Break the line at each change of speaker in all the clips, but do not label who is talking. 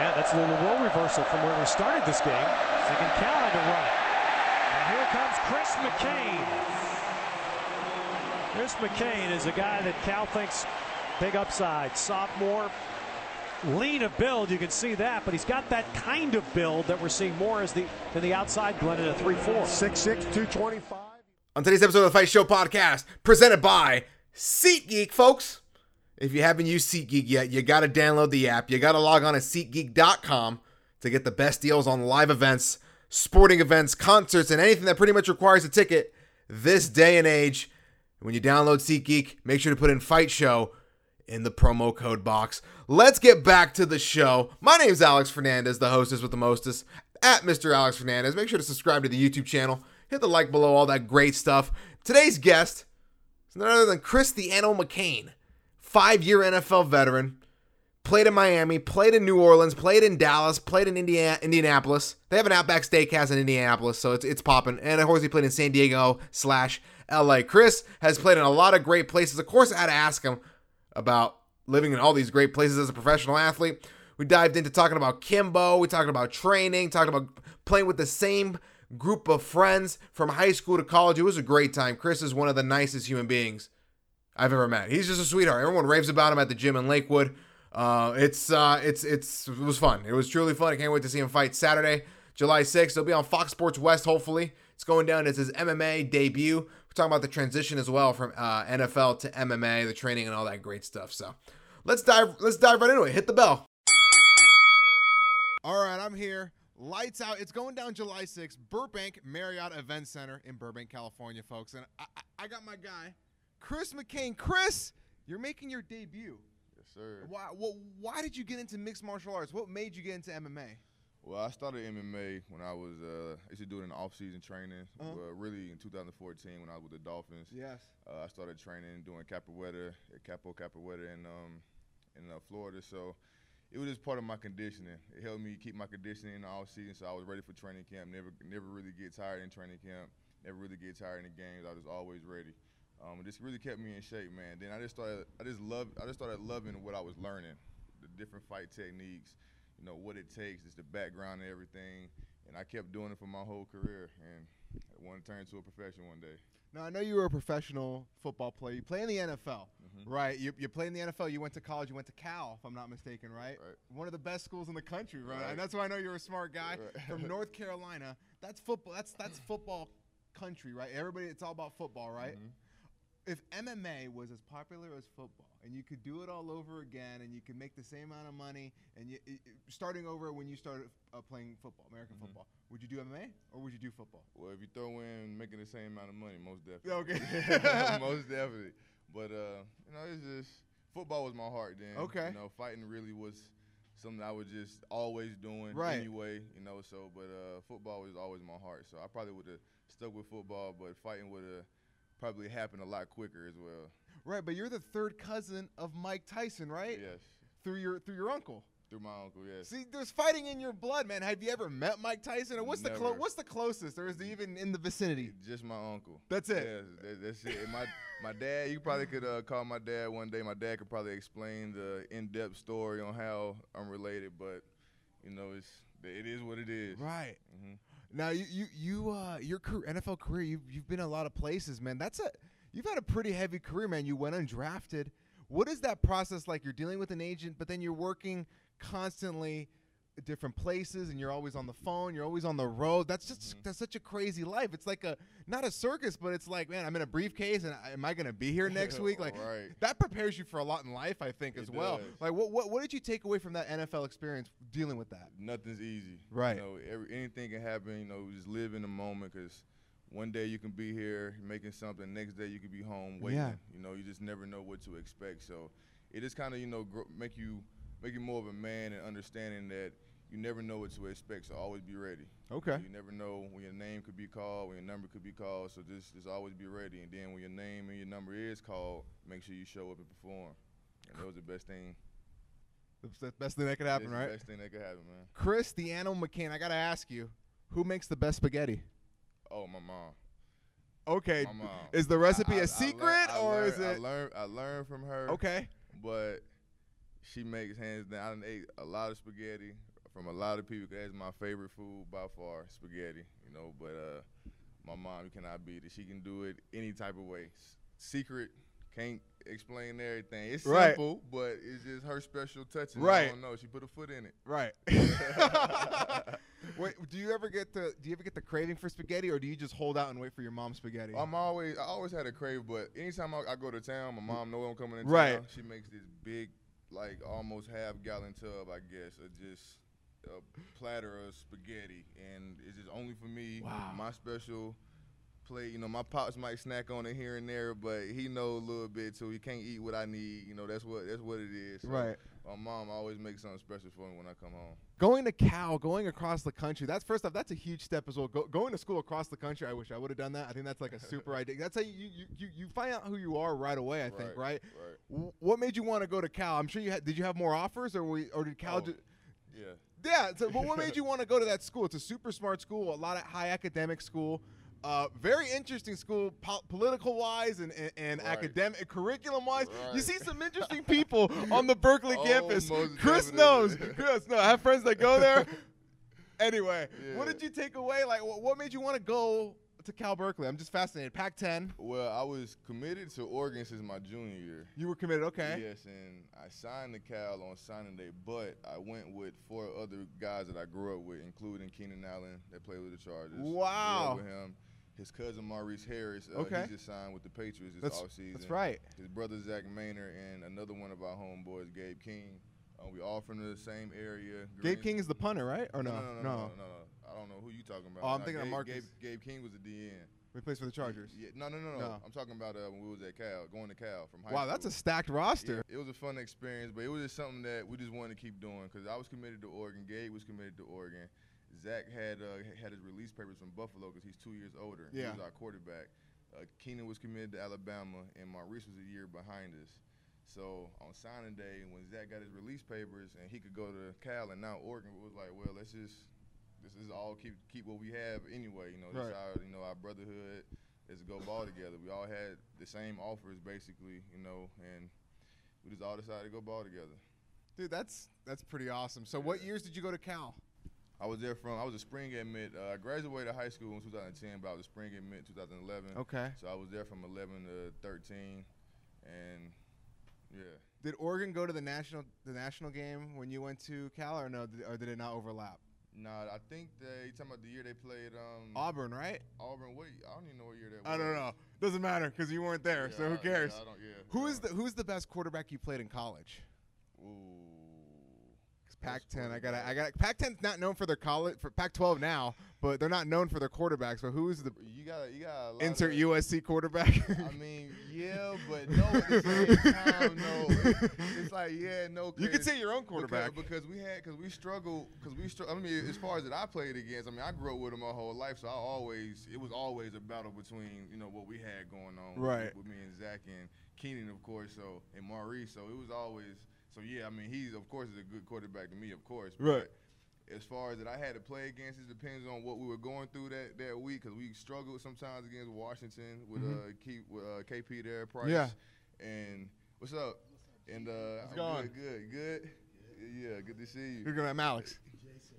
Actually, a role reversal from where we started this game.
Second Callan to run it. And here comes Chris McCain. Chris McCain is a guy that Cal thinks big upside. Sophomore, lean of build, you can see that, but he's got that kind of build that we're seeing more as the than the outside Glenn at a 3-4.
6'6", 225.
On today's episode of the Fight Show podcast, presented by SeatGeek, folks. If you haven't used SeatGeek yet, you got to download the app. You got to log on to SeatGeek.com to get the best deals on live events, sporting events, concerts, and anything that pretty much requires a ticket this day and age. When you download SeatGeek, make sure to put in Fight Show in the promo code box. Let's get back to the show. My name is Alex Fernandez, the hostess with the mostest, at Mr. Alex Fernandez. Make sure to subscribe to the YouTube channel, hit the like below, all that great stuff. Today's guest is none other than Cristiano McCain, five year NFL veteran. Played in Miami, played in New Orleans, played in Dallas, played in Indiana, Indianapolis. They have an Outback Steakhouse in Indianapolis, so it's it's popping. And of course, he played in San Diego slash LA. Chris has played in a lot of great places. Of course, I had to ask him about living in all these great places as a professional athlete. We dived into talking about Kimbo, we talked about training, talked about playing with the same group of friends from high school to college. It was a great time. Chris is one of the nicest human beings I've ever met. He's just a sweetheart. Everyone raves about him at the gym in Lakewood. Uh, it's uh, it's it's it was fun. It was truly fun. I can't wait to see him fight Saturday, July 6th. He'll be on Fox Sports West. Hopefully, it's going down. It's his MMA debut. We're talking about the transition as well from uh, NFL to MMA, the training and all that great stuff. So let's dive let's dive right into it. Hit the bell. All right, I'm here. Lights out. It's going down July 6th, Burbank Marriott Event Center in Burbank, California, folks. And I, I, I got my guy, Chris McCain. Chris, you're making your debut.
Yes, sir.
Why? Well, why did you get into mixed martial arts? What made you get into MMA?
Well, I started MMA when I was uh, I used to do it in off-season training.
Uh-huh.
Well, really in 2014 when I was with the Dolphins.
Yes.
Uh, I started training doing capoeira at Capo Capoeira in um, in uh, Florida. So it was just part of my conditioning. It helped me keep my conditioning in the off-season, so I was ready for training camp. Never never really get tired in training camp. Never really get tired in the games. I was always ready. Um, it just really kept me in shape, man. Then I just started I just loved I just started loving what I was learning, the different fight techniques you know what it takes, it's the background and everything. And I kept doing it for my whole career, and I wanted to turn into a profession one day.
Now I know you were a professional football player. You play in the NFL,
Mm-hmm.
right? You, you play in the NFL. You went to college. You went to Cal, if I'm not mistaken, right?
Right.
One of the best schools in the country, right?
Right.
And that's why I know you're a smart guy
Right.
from North Carolina. That's football. That's that's football country, right? Everybody, it's all about football, right?
Mm-hmm.
If MMA was as popular as football, and you could do it all over again, and you could make the same amount of money, and you, i- i- starting over when you started uh, playing football, American
Mm-hmm.
football, would you do MMA or would you do football?
Well, if you throw in making the same amount of money, most definitely.
Okay.
most definitely. But uh, you know, it's just football was my heart then.
Okay.
You know, fighting really was something I was just always doing
Right.
anyway. You know, so but uh, football was always my heart. So I probably would have stuck with football, but fighting would have probably happened a lot quicker as well.
Right, but you're the third cousin of Mike Tyson, right?
Yes.
Through your through your uncle.
Through my uncle, yes.
See, there's fighting in your blood, man. Have you ever met Mike Tyson? Or what's the clo-
Never.
what's the closest, or is it even in the vicinity?
Just my uncle.
That's it.
Yes, that, that's it. And my my dad, you probably could uh, call my dad one day. My dad could probably explain the in-depth story on how I'm related, but you know, it's it is what it is.
Right
Mhm.
now, you you you uh your career, NFL career, you've you've been a lot of places, man. That's a you've had a pretty heavy career, man. You went undrafted. What is that process like? You're dealing with an agent, but then you're working constantly at different places and you're always on the phone you're always on the road that's just
Mm-hmm.
that's such a crazy life it's like a not a circus but it's like man i'm in a briefcase and I, am i going to be here next week like
Right.
that prepares you for a lot in life i think
It
as well
does.
like what, what what did you take away from that nfl experience dealing with that
Nothing's easy.
Right.
You know, every, anything can happen. You know, just live in the moment because one day you can be here making something, next day you could be home waiting.
Yeah.
You know, you just never know what to expect. So it just kind of you know gro- make you make you more of a man and understanding that you never know what to expect. So always be ready.
Okay.
You never know when your name could be called, when your number could be called. So just just always be ready. And then when your name and your number is called, make sure you show up and perform. And that was the best thing.
That's the best thing that could
that's
happen
The
right
best thing that could happen, man.
chris the animal mccain i gotta ask you who makes the best spaghetti
Oh, my mom.
okay
My mom.
is the recipe
uh, I- I- I
a
learn-
secret
I
or
learn-
is it
I learned. I learned from her.
okay
But she makes hands down. I done ate a lot of spaghetti from a lot of people 'cause that's my favorite food by far, spaghetti. You know, but uh, my mom cannot beat it. She can do it any type of way. S- secret, can't explain everything. It's
Right.
simple, but it's just her special touch. and
Right.
I don't know. She put a foot in it.
Right. Wait, do you ever get the do you ever get the craving for spaghetti, or do you just hold out and wait for your mom's spaghetti?
I'm always I always had a crave, but anytime I, I go to town, my mom knows I'm coming in.
Right.
Town, she makes this big, like almost half gallon tub, I guess, of just a platter of spaghetti, and it's just only for me.
Wow.
My special plate. You know, my pops might snack on it here and there, but he know a little bit, so he can't eat what I need. You know, that's what that's what it is. So
Right.
My mom always makes something special for me when I come home.
going to Cal, going across the country. That's first off, that's a huge step as well. Go, going to school across the country. I wish I would have done that. I think that's like a super idea. That's how you you, you you find out who you are right away. I think right.
Right,
W- What made you want to go to Cal? I'm sure you had. Did you have more offers, or we or did Cal?
Oh.
ju-
Yeah.
yeah. So, but what made you want to go to that school? It's a super smart school. A lot of high academic school. Uh, very interesting school, po- political wise and and, and
Right.
academic curriculum wise. You
Right.
see some interesting people on the Berkeley campus.
Almost
Chris
definitely.
knows. Chris, no, I have friends that go there. anyway, what
Yeah.
did you take away? Like, wh- what made you want to go to Cal Berkeley? I'm just fascinated. Pac-10,
Well, I was committed to Oregon since my junior year.
you were committed. Okay.
Yes, and I signed the Cal on signing day, but I went with four other guys that I grew up with, including Keenan Allen that played with the Chargers. Grew up
Wow.
with him. His cousin Maurice Harris, uh,
Okay.
he just signed with the Patriots this
That's-
offseason.
that's right.
His brother Zach Maynard and another one of our homeboys, Gabe King. Uh, we all from the same area.
Gabe
Green-
King is the punter, right? Or no?
No, no, no, no, no, no, no. I don't know who you talking about.
Oh, I'm
Nah,
thinking of
Gabe-
Marcus.
Gabe, Gabe King was a DN.
He plays for the Chargers.
Yeah, no, no, no, no,
No.
I'm talking about uh, when we was at Cal, going to Cal from high
Wow,
school.
that's a stacked roster.
Yeah, it was a fun experience, but it was just something that we just wanted to keep doing because I was committed to Oregon. Gabe was committed to Oregon. Zach had uh, h- had his release papers from Buffalo because he's two years older.
Yeah.
He was our quarterback. Uh, Keenan was committed to Alabama, and Maurice was a year behind us. So on signing day, when Zach got his release papers and he could go to Cal and now Oregon, it was like, well, let's just this is all keep keep what we have anyway. You know, this
Right.
our you know our brotherhood. Let's go ball together. We all had the same offers basically, you know, and we just all decided to go ball together.
Dude, that's that's pretty awesome. So, what years did you go to Cal?
I was there from I was a spring admit. Uh, I graduated high school in 2010, but I was a spring admit 2011.
Okay.
So I was there from 11 to 13, and yeah.
Did Oregon go to the national the national game when you went to Cal, or no? Did, or did it not overlap?
Nah, I think they you talking about the year they played um
Auburn, right?
Auburn. What I don't even know what year that.
I don't
was.
know. Doesn't matter because you weren't there,
Yeah,
so
I-
who
yeah,
cares?
I don't- yeah,
Who
I
is the
don't-
who's the best quarterback you played in college?
Ooh. Best
Pac-10. I got. to I
quarterback.
got. to Pac-10's not known for their college for Pac-12 now, but they're not known for their quarterbacks. But who's the
You got. You got. A lot
insert
of,
USC quarterback?
I mean, yeah, but no. At the same time, no. It's like yeah, no.
you could
cause-
say your own
because-
quarterback.
because, we had because we struggled because we str- I mean as far as that I played against I mean I grew up with him my whole life so I always it was always a battle between you know what we had going on with-
Right.
with, me and Zach and Keenan of course so and Maurice so it was always so yeah I mean he's of course is a good quarterback to me of course but
Right.
as far as that I had to play against, it depends on what we were going through that, that week because we struggled sometimes against Washington with uh, Keith, with uh, KP there, Price.
Mm-hmm. Yeah.
And what's up? And uh, I'm
going?
good, good, good. Yeah, good to see
You're
you.
gonna have Alex.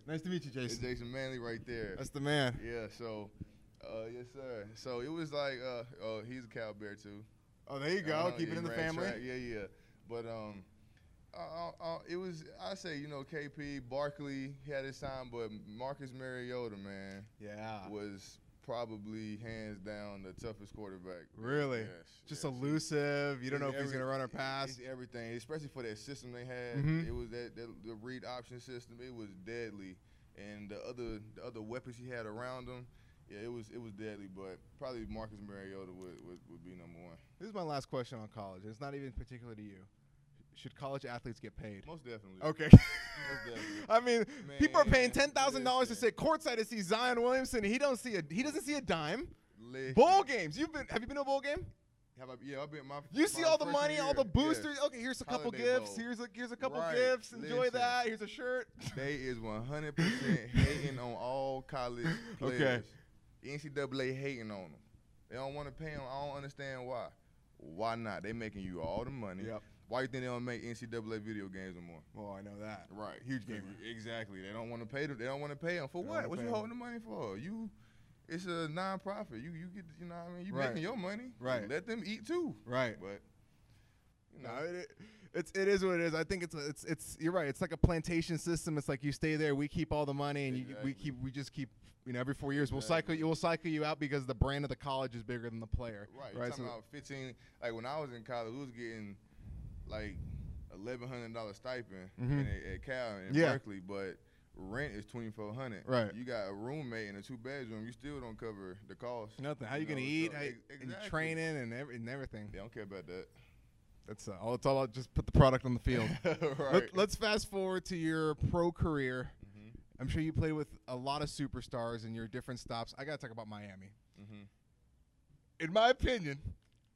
Nice to meet you,
It's
Jason.
Jason Manley right there.
That's the man.
Yeah. So, uh, yes, sir. So it was like, uh, oh, he's a cow bear too.
Oh, there you
I
go.
don't-
Keep it
he
in the
ran
family.
track. Yeah, yeah. But um, I, I, I, it was I say you know KP Barkley he had his time, but Marcus Mariota man
Yeah.
was probably hands down the toughest quarterback.
Really?
Yes,
Just
yes.
elusive. You don't know if he's
every-
gonna run or
it's-
pass.
it's everything, especially for that system they had.
Mhm.
It was that, that the read option system. It was deadly, and the other the other weapons he had around him. Yeah, it was it was deadly, but probably Marcus Mariota would, would, would be number one.
This is my last question on college, and it's not even particular to you. Should college athletes get paid?
Most definitely.
Okay.
Most definitely.
I mean, people are paying ten
Man,
thousand dollars to
listen.
sit courtside to see Zion Williamson. and He don't see a he doesn't see a dime.
Listen.
Bowl games. You've been have you been to a bowl game?
Have I, yeah, I've been my.
You see
my
all the
freshman
money, all
year,
the
yeah.
boosters. Okay, here's a couple
Holiday
gifts.
Bowl.
Here's a here's a couple
Right.
gifts. Enjoy
Listen.
that. Here's a shirt.
They is one hundred percent hating on all college
Okay.
players. The NCAA hating on them. They don't want to pay them. I don't understand why. Why not? They making you all the money.
Yep.
Why you think they don't make NCAA video games no more?
Oh, I know that.
Right, huge gamer. Exactly. They don't want to pay. them. They don't want to pay them for
They
what?
don't
What you
pay 'em.
holding the money for? You, it's a non-profit. You you get you know what I mean. You
Right.
making your money.
Right.
Let them eat too.
Right.
But you
No,
know,
it, it's it is what it is. I think it's it's it's you're right. It's like a plantation system. It's like you stay there, we keep all the money, and you, we
Exactly.
keep we just keep you know every four years we'll cycle you we'll cycle you out because the brand of the college is bigger than the player.
right. You're talking
so-
about fifteen. Like when I was in college, we was getting like eleven hundred dollar stipend in, at, at Cal and
Mm-hmm. Yeah.
Berkeley, but rent is twenty four hundred.
Right.
You got a roommate in a two bedroom. You still don't cover the cost.
nothing. How you
You
gonna
know,
eat?
so
How you,
ex-
and your
exactly.
training and, every, and everything.
They don't care about that.
That's uh, all. It's all. about Just put the product on the field.
Right.
Let, let's fast forward to your pro career.
Mm-hmm.
I'm sure you played with a lot of superstars in your different stops. I got to talk about Miami.
Mm-hmm.
In my opinion,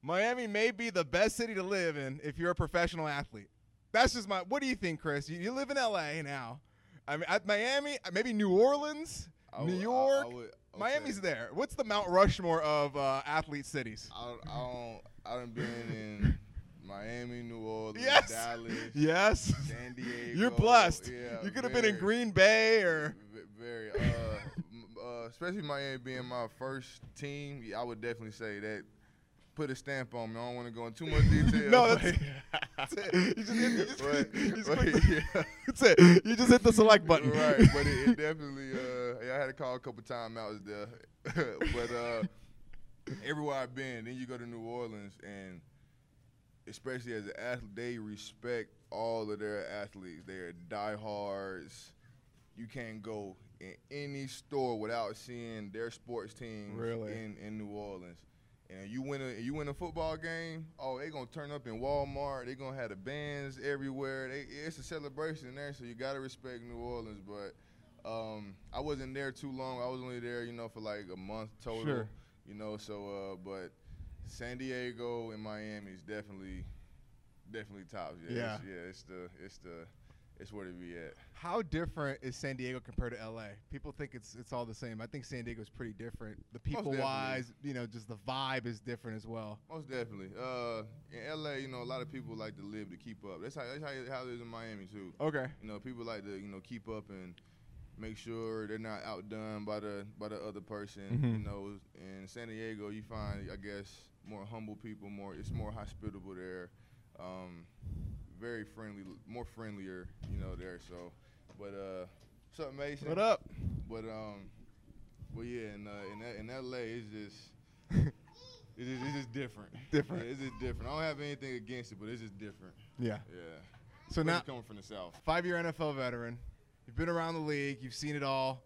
Miami may be the best city to live in if you're a professional athlete. That's just my. What do you think, Chris? You, you live in LA now. I mean, at Miami, uh, maybe New Orleans,
I
New
would- I- I
York.
would- okay.
Miami's there. What's the Mount Rushmore of uh, athlete cities?
I, I don't. I done been in Miami, New Orleans,
Yes.
Dallas,
Yes.
San Diego.
You're blessed.
Yeah,
you could have been in
very,
Green Bay or
v- Very, uh, m- uh, especially Miami being my first team. yeah, I would definitely say that put a stamp on me. I don't want to go in too much detail.
No,
but-
that's, that's it. You just, hit- you just-
But-
you just
but,
click the-
yeah.
that's it. You just hit the select button.
Right, but it, it definitely. Uh, yeah, I had to call a couple timeouts there, but uh, everywhere I've been, then you go to New Orleans, and especially as an athlete, they respect all of their athletes. They are diehards. You can't go in any store without seeing their sports team
Really?
in, in New Orleans. And you win a you win a football game. Oh, they gonna turn up in Walmart. They gonna have the bands everywhere. They, it's a celebration there, so you gotta respect New Orleans. But um, I wasn't there too long. I was only there, you know, for like a month total.
Sure.
You know, so uh, but San Diego and Miami is definitely definitely tops. Yeah, It's,
Yeah.
yeah. It's the it's the it's where to be at.
How different is San Diego compared to LA? People think it's it's all the same. I think San Diego's pretty different. The people
definitely.
wise, you know, just the vibe is different as well.
Most definitely. Uh, in LA, you know, a lot of people like to live to keep up. That's how that's how, it- how it is in Miami too.
Okay.
You know, people like to you know keep up and make sure they're not outdone by the by the other person.
Mm-hmm.
You know, in San Diego, you find I guess more humble people. More it's more hospitable there. Um, very friendly, more friendlier. You know there. So, but uh, what's up, Mason?
What up?
But um, well yeah, in uh, in, A- in LA, it's just. It's just, it's just different.
Different.
Yeah, it's just different. I don't have anything against it, but it's just different.
Yeah.
Yeah.
So
Especially
now,
coming from the south.
five year NFL veteran. You've been around the league. You've seen it all.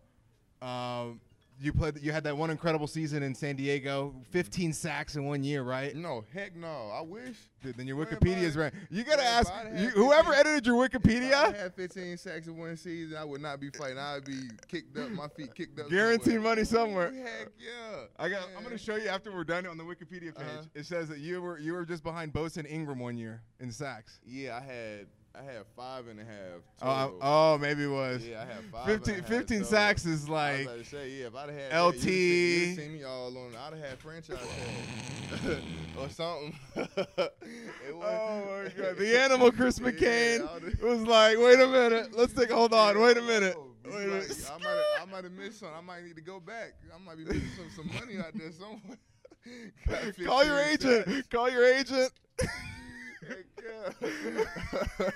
Um, you played. You had that one incredible season in San Diego. 15 sacks in one year, right?
No, heck no. I wish.
Dude, then your
Man, if
Wikipedia's
I-
right. You gotta
man, if
ask
I'd had
you, whoever
15
edited your
If I
Wikipedia.
had 15 sacks in one season, I would not be fighting. I'd be kicked up. My feet kicked up.
Guaranteed
somewhere.
money somewhere.
Heck yeah.
I got. I'm
Man.
gonna show you after we're done on the Wikipedia page.
Uh-huh.
It says that you were you were just behind Bosa and Ingram one year in sacks.
Yeah, I had I had five and a half.
Oh, I-
total.
oh, maybe it was.
Yeah, I had five. and a
15,
half
15
total.
sacks is
I was
like
about to say, yeah, if I'd have had
LT.
that, you'd have seen, you'd have seen me all on. I'd have had franchise tag or something. It was-
Oh my god. The animal Chris
Yeah,
McCain
I would've-
was like, wait a minute, let's take hold on, wait a minute.
Oh,
Wait
it's
a
like, I might
minute.
have- I might have missed something. I might need to go back. I might be missing some, some money out there somewhere. Got 15
Call your agent.
sacks.
Call your agent.
Heck yeah.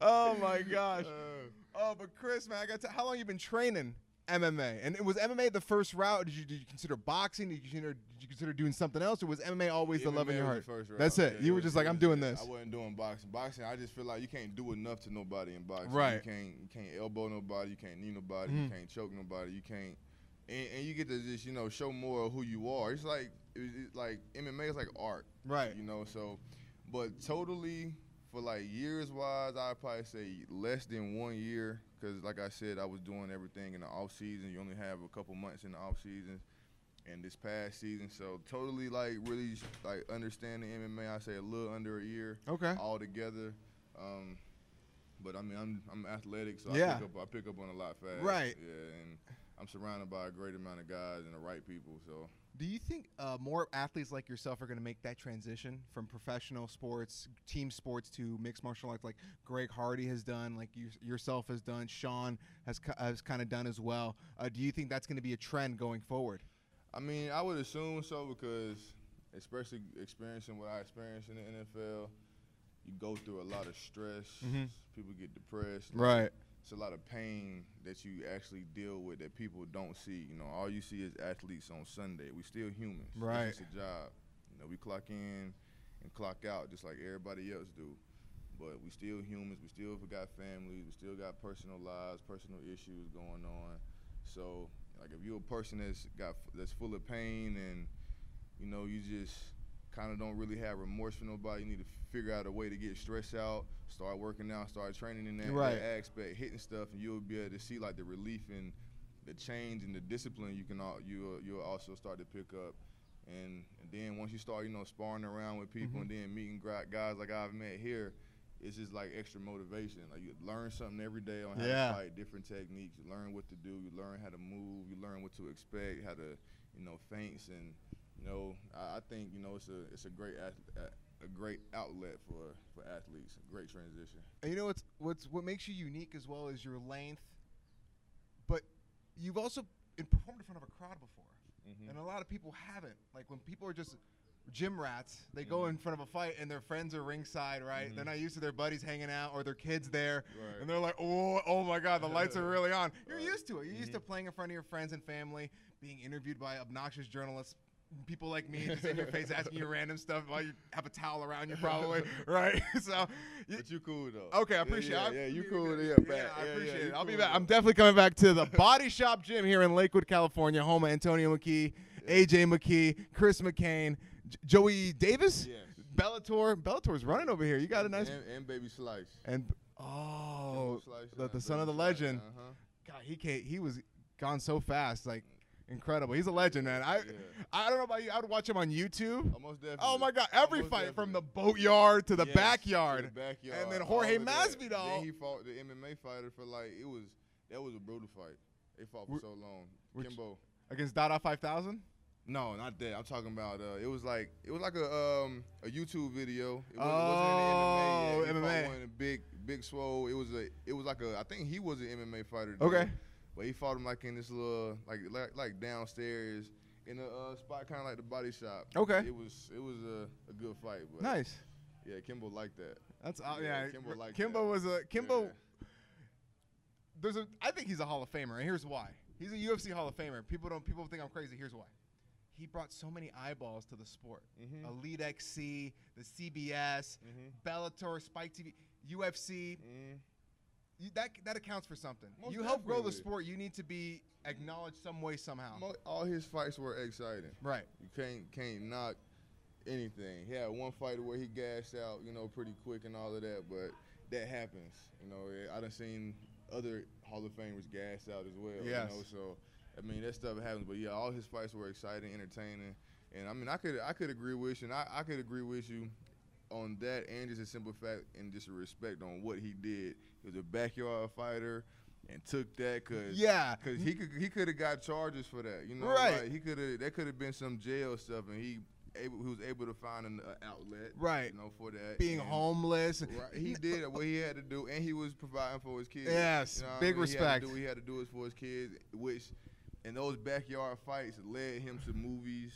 oh my gosh.
Uh,
Oh, but Chris, man, I got to. How long you been training MMA? And it was MMA the first route. Did you, did you consider boxing? Did you consider did you consider doing something else, or was MMA always the love in
MMA
your
was
heart?
the first round.
That's it.
Yeah,
you were
was-
just
it
like, I'm
was-
doing
yeah,
this.
I wasn't doing boxing. Boxing, I just feel like you can't do enough to nobody in boxing. You
Right.
can't you can't elbow nobody. You can't knee nobody. You
Mm-hmm.
can't choke nobody. You can't. And, and you get to just you know show more of who you are. It's like it's it's like MMA is like art.
Right.
You know so, but totally for like years wise, I'd probably say less than one year because like I said, I was doing everything in the off season. You only have a couple months in the off season and this past season. So totally like really like understanding MMA. I say a little under a year.
Okay.
All together. Um, but I mean I'm I'm athletic, so
Yeah.
I pick up I pick up on a lot fast.
Right.
Yeah, and I I'm surrounded by a great amount of guys and the right people. So
Do you think uh, more athletes like yourself are going to make that transition from professional sports, team sports to mixed martial arts, like Greg Hardy has done, like you, yourself has done, Sean has ki- has kind of done as well? Uh, do you think that's going to be a trend going forward?
I mean, I would assume so because, especially experiencing what I experienced in the NFL, you go through a lot of stress.
Mm-hmm.
People get depressed. It's a lot of pain that you actually deal with that people don't see. You know, all you see is athletes on Sunday. We still humans.
Right.
It's just a job. You know, we clock in and clock out just like everybody else do. But we still humans. We still got families. We still got personal lives, personal issues going on. So, like, if you're a person that's got that's full of pain and you know you just kind of don't really have remorse for nobody, you need to figure out a way to get stressed out, start working out, start training in that, that
Right.
aspect, hitting stuff, and you'll be able to see like the relief and the change and the discipline you can all you you'll also start to pick up. And, and then once you start, you know, sparring around with people
Mm-hmm.
and then meeting gri- guys like I've met here, it's just like extra motivation. Like you learn something every day on how
Yeah.
to fight, different techniques. You learn what to do. You learn how to move. You learn what to expect. How to, you know, feints and, you know, I, I think you know it's a it's a great ath- a, a great outlet for for athletes. A great transition.
And you know what's what's what makes you unique as well is your length, but you've also in- performed in front of a crowd before,
Mm-hmm.
and a lot of people haven't. Like when people are just gym rats, they
Mm-hmm.
go in front of a fight and their friends are ringside, right? They're not used to their buddies hanging out or their kids there,
Right.
and they're like, oh, oh my God, the lights are really on. You're used to it. You're
Mm-hmm.
used to playing in front of your friends and family, being interviewed by obnoxious journalists. People like me just in your face asking you random stuff while you have a towel around you, probably, right? so, you,
But you cool though.
Okay, I
Yeah,
appreciate
Yeah,
it.
yeah, you
I-
cool. Yeah,
yeah,
back.
I
Yeah, yeah,
appreciate
you
it. I'll be
cool,
back.
though.
I'm definitely coming back to the Body Shop Gym here in Lakewood, California, home of Antonio McKee, AJ Mckee, Chris McCain, J- Joey Davis,
Yes.
Bellator. Bellator's running over here. You got a nice
and, and baby slice.
and oh,
Slice,
the,
uh,
the son
Baby
of the
Slice,
legend.
uh-huh.
God, he can't, he was gone so fast, like incredible. He's a legend, man. I
Yeah.
I don't know about you. I'd watch him on YouTube.
Oh, most definitely.
Oh my God! Every
Most
fight from the
definitely.
boatyard to the
Yes, to
backyard,
the backyard,
and then
all
Jorge
of that. Then
Masvidal.
he fought the MMA fighter for like it was that was a brutal fight. They fought for
Were-
so long.
were-
Kimbo.
against Dada Five Thousand.
No, not that. I'm talking about. Uh, it was like it was like a um a YouTube video. It wasn't,
Oh,
it wasn't in the MMA. yet. He fought
MMA.
One of the big big swole. It was a it was like a I think he was an MMA fighter. then,
Okay.
But he fought him like in this little like like, like downstairs in a uh, spot kind of like the body shop.
Okay.
It was it was a, a good fight. But
Nice.
Yeah, Kimbo liked that.
That's uh, yeah.
Yeah, Kimbo liked
Kimbo
that.
was a Kimbo.
Yeah.
There's a. I think he's a Hall of Famer, and here's why. He's a UFC Hall of Famer. People don't. People think I'm crazy. Here's why. He brought so many eyeballs to the sport.
Mm-hmm.
Elite XC, the CBS, Bellator, Spike TV, UFC. You, that that accounts for something.
Mm-hmm. Most
you help grow the
definitely.
sport. You need to be acknowledged some way somehow.
Mo- All his fights were exciting.
right.
You can't can't knock anything. He had one fight where he gassed out, you know, pretty quick and all of that, but that happens. You know, Eh, I done seen other Hall of Famers gassed out as well.
Yes.
You know, so I mean that stuff happens. But yeah, all his fights were exciting, entertaining. And I mean I could I could agree with you and I, I could agree with you on that and just a simple fact and just a respect on what he did. He was a backyard fighter and took that cause
Yeah.
Cause he could he could have got charges for that, you know.
Right.
like, he could have that could have been some jail stuff, and he able, he was able to find an uh, outlet,
Right.
You know, for that
Being
and-
homeless.
Right, he did what he had to do, and he was providing for his kids.
Yes,
what
big
He had
respect.
to do what he had to do is for his kids, which in those backyard fights led him to movies,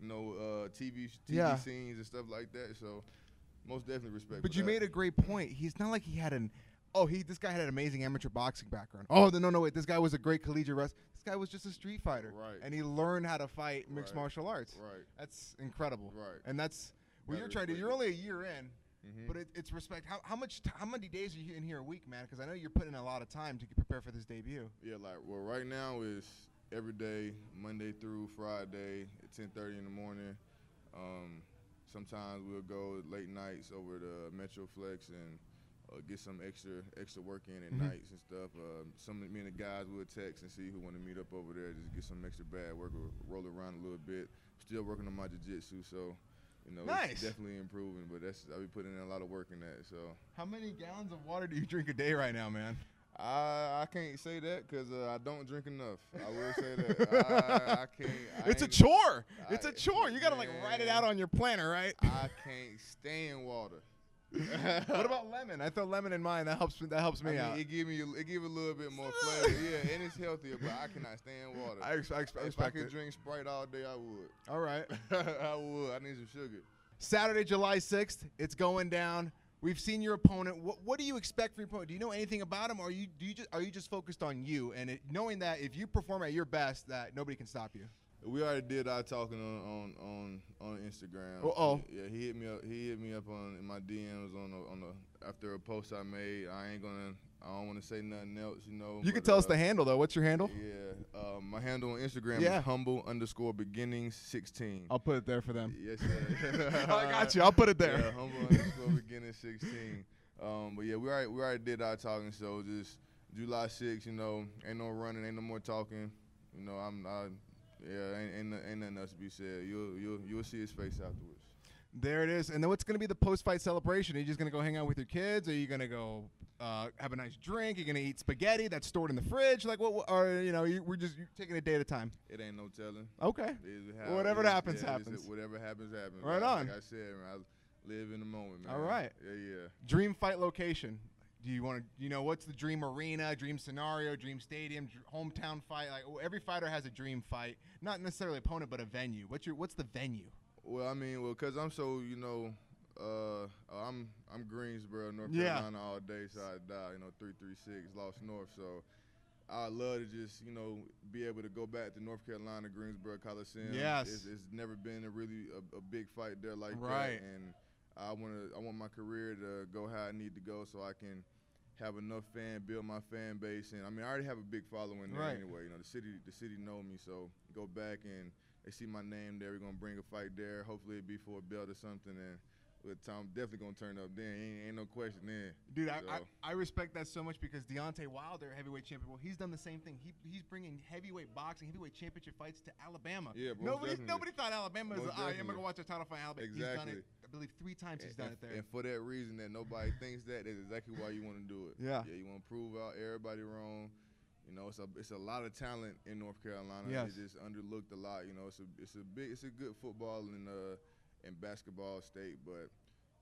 you know, uh, TV, TV
Yeah.
scenes and stuff like that. So most definitely respect.
But
for
you
that.
made a great point. He's not like he had an oh he this guy had an amazing amateur boxing background. Oh no no wait this guy was a great collegiate wrestler. This guy was just a street fighter.
Right.
And he learned how to fight mixed
Right.
martial arts.
Right.
That's incredible.
Right.
And that's what
Gotta
you're trying to.
respect
You're
it.
only a year in,
Mm-hmm.
but it, it's respect. How, how much t- how many days are you in here a week, man? Because I know you're putting in a lot of time to prepare for this debut.
Yeah, like well, right now is every day, Monday through Friday at ten thirty in the morning. Um, sometimes we'll go late nights over to Metroflex and uh, get some extra extra work in at nights and stuff. Uh, some of me and the guys will text and see who want to meet up over there. Just get some extra bad work, or roll around a little bit. Still working on my jiu-jitsu, so you know
Nice.
it's definitely improving. But that's I be putting in a lot of work in that. So
How many gallons of water do you drink a day right now, man?
I I can't say that because uh, I don't drink enough. I will say that. I, I can't. I
It's a
ain't gonna-
chore.
I-
it's a chore. You gotta like write it out on your planner, right?
I can't stand water.
what about lemon? I throw lemon in mine. That helps me. That helps
I
me
mean,
out.
it give me a- it give a little bit more flavor. Yeah, and it's healthier, but I cannot stand water.
I, ex- I, ex- I
if I
respect
could
it.
drink Sprite all day, I would.
All right.
I would. I need some sugar.
Saturday, July sixth. It's going down. We've seen your opponent. What, what do you expect from your opponent? Do you know anything about him, or you do you just are you just focused on you and it, knowing that if you perform at your best, that nobody can stop you?
We already did our talking on on on, on Instagram.
Uh-oh.
Yeah, he hit me up. He hit me up on in my DMs on the, on the after a post I made. I ain't gonna. I don't want to say nothing else. You know.
You can
but,
tell us
uh,
the handle though. What's your handle?
Yeah. Uh, my handle on Instagram
Yeah.
is humble underscore beginnings sixteen.
I'll put it there for them.
Yes, sir.
I got you. I'll put it there.
Yeah, humble underscore beginning sixteen. Um, but yeah, we already we already did our talking. So just July 6th, you know, ain't no running, ain't no more talking. You know, I'm I, yeah, ain't, ain't no- ain't nothing else to be said. You'll you'll you'll see his face afterwards.
There it is. And then what's going to be the post-fight celebration? Are you just going to go hang out with your kids? Are you going to go uh, have a nice drink? Are you going to eat spaghetti that's stored in the fridge? Like what? what or you know, you, we're just you're taking it day at a time.
It ain't no telling.
Okay.
It
Oh. Whatever
it's-
happens,
it's-
happens.
whatever happens, happens.
Right
Like-
on.
Like I said, man, I live in the moment, man.
All right.
Yeah, yeah.
Dream fight location. Do you want to? You know, what's the dream arena, dream scenario, dream stadium, dr- hometown fight? Like well, every fighter has a dream fight, not necessarily opponent, but a venue. What's your? What's the venue?
Well, I mean, well, cause I'm so you know, uh, I'm I'm Greensboro, North
Yeah.
Carolina all day, so I die, you know, three three six, lost north. So I love to just you know be able to go back to North Carolina, Greensboro Coliseum.
Yes.
it's, it's never been a really a, a big fight there like
Right.
that, and I want to I want my career to go how I need to go, so I can. Have enough fan, build my fan base, and I mean I already have a big following there
Right.
anyway. You know the city, the city know me, so go back and they see my name there. We're gonna bring a fight there. Hopefully it be for a belt or something. And with Tom, definitely gonna turn up then. Ain't, ain't no question then.
Dude, I,
So-
I, I respect that so much because Deontay Wilder, heavyweight champion, well, he's done the same thing. He, he's bringing heavyweight boxing, heavyweight championship fights to Alabama.
Yeah, most
nobody
definitely.
nobody thought Alabama was.
Most
"Ah, I'm gonna
definitely.
go watch a title fight in Alabama. He's done it,
Exactly.
I believe, three times. He's done
and,
it there.
and for that reason that nobody thinks that is exactly why you want to do it.
Yeah.
Yeah, you want to prove out everybody wrong. You know, it's a it's a lot of talent in North Carolina.
Yes.
It's just underlooked a lot. You know, it's a it's a big it's a good football and uh and basketball state, but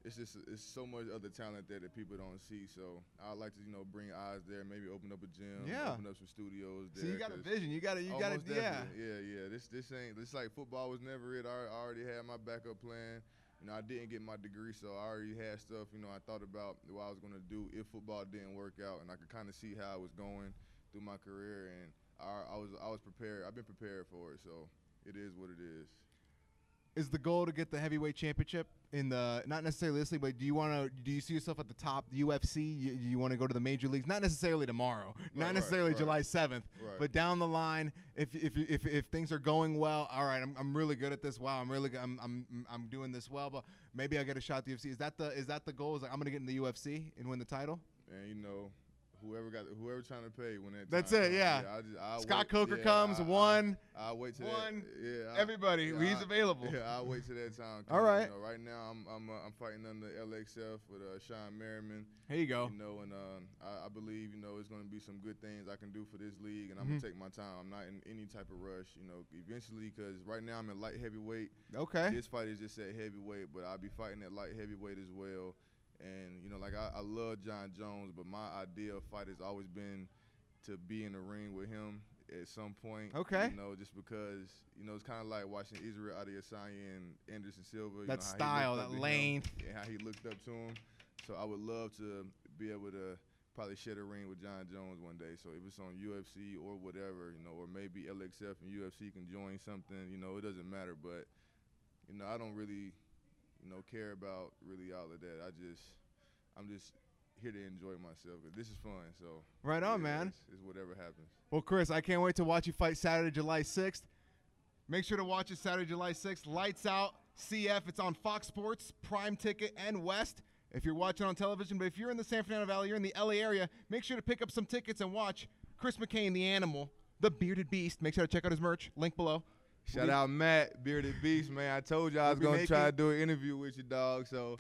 it's just it's so much other talent there that people don't see. So I like to you know bring eyes there, maybe open up a gym,
Yeah.
open up some studios.
so
There
you got a
'cause-
vision. You got to. You
Oh,
got to.
most
Yeah.
definitely. yeah, yeah. This this ain't this like football was never it. I, I already had my backup plan. You know, I didn't get my degree, so I already had stuff. You know, I thought about what I was gonna do if football didn't work out, and I could kind of see how I was going through my career, and I, I was I was prepared. I've been prepared for it, so it is what it is.
Is the goal to get the heavyweight championship in the not necessarily this league, but do you want to? Do you see yourself at the top UFC? You, you want to go to the major leagues? Not necessarily tomorrow. Not
right,
necessarily
right.
July seventh.
Right.
But down the line, if if, if if things are going well, all right, I'm, I'm really good at this. Wow, I'm really good. I'm, I'm I'm doing this well, but maybe I get a shot at the UFC. Is that the is that the goal? Is like I'm gonna get in the UFC and win the title?
And you know, whoever got whoever trying to pay when that
That's
time
it,
comes,
yeah.
I just, I
Scott
wait-
Coker
yeah,
comes
I,
one.
I, I wait till
one,
That, yeah, I-
everybody, he's
I-
available.
Yeah, I wait till that time. comes,
All
You
right.
know, right now, I'm I'm uh, I'm fighting under LXF with uh, Sean Merriman.
Here you go.
You know, and um, I, I believe you know it's going to be some good things I can do for this league, and I'm gonna take
Mm-hmm.
my time. I'm not in any type of rush. You know, eventually, because right now I'm in light heavyweight.
Okay.
This fight is just at heavyweight, but I'll be fighting at light heavyweight as well. And you know, like I, I love John Jones, but my idea of fight has always been to be in the ring with him at some point.
Okay.
You know, just because you know it's kind of like watching Israel Adesanya and Anderson Silva. you
That
know, how he looked
style,
up
that
to him
length.
and how he looked up to him. So I would love to be able to probably share the ring with John Jones one day. So if it's on UFC or whatever, you know, or maybe LXF and UFC can join something, you know, it doesn't matter. But you know, I don't really, you know, care about really all of that. I just, I'm just here to enjoy myself. This is fun, so
Right on,
yeah,
man.
It's, it's whatever happens.
Well, Chris, I can't wait to watch you fight Saturday, July 6th. Make sure to watch it Saturday, July 6th. Lights out, CF. It's on Fox Sports, Prime Ticket, and West. If you're watching on television, but if you're in the San Fernando Valley, you're in the LA area, make sure to pick up some tickets and watch Chris McCain, the animal, the bearded beast. Make sure to check out his merch. Link below.
Shout out Matt Bearded Beast, man. I told you I was
be
gonna
making-
try to do an interview with you, dog. So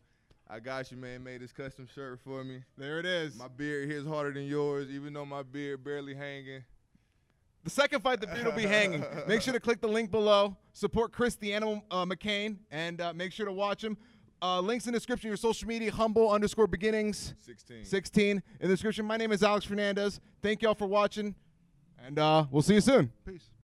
I got you, man. Made this custom shirt for me.
There it is.
My beard here is harder than yours, even though my beard barely hanging.
The second fight, the beard will be hanging. Make sure to click the link below. Support Chris the Animal uh, McCain, and uh, make sure to watch him. Uh, links in the description. Your social media, humble underscore beginnings.
16.
16 in the description. My name is Alex Fernandez. Thank y'all for watching, and uh, we'll see you soon. Peace.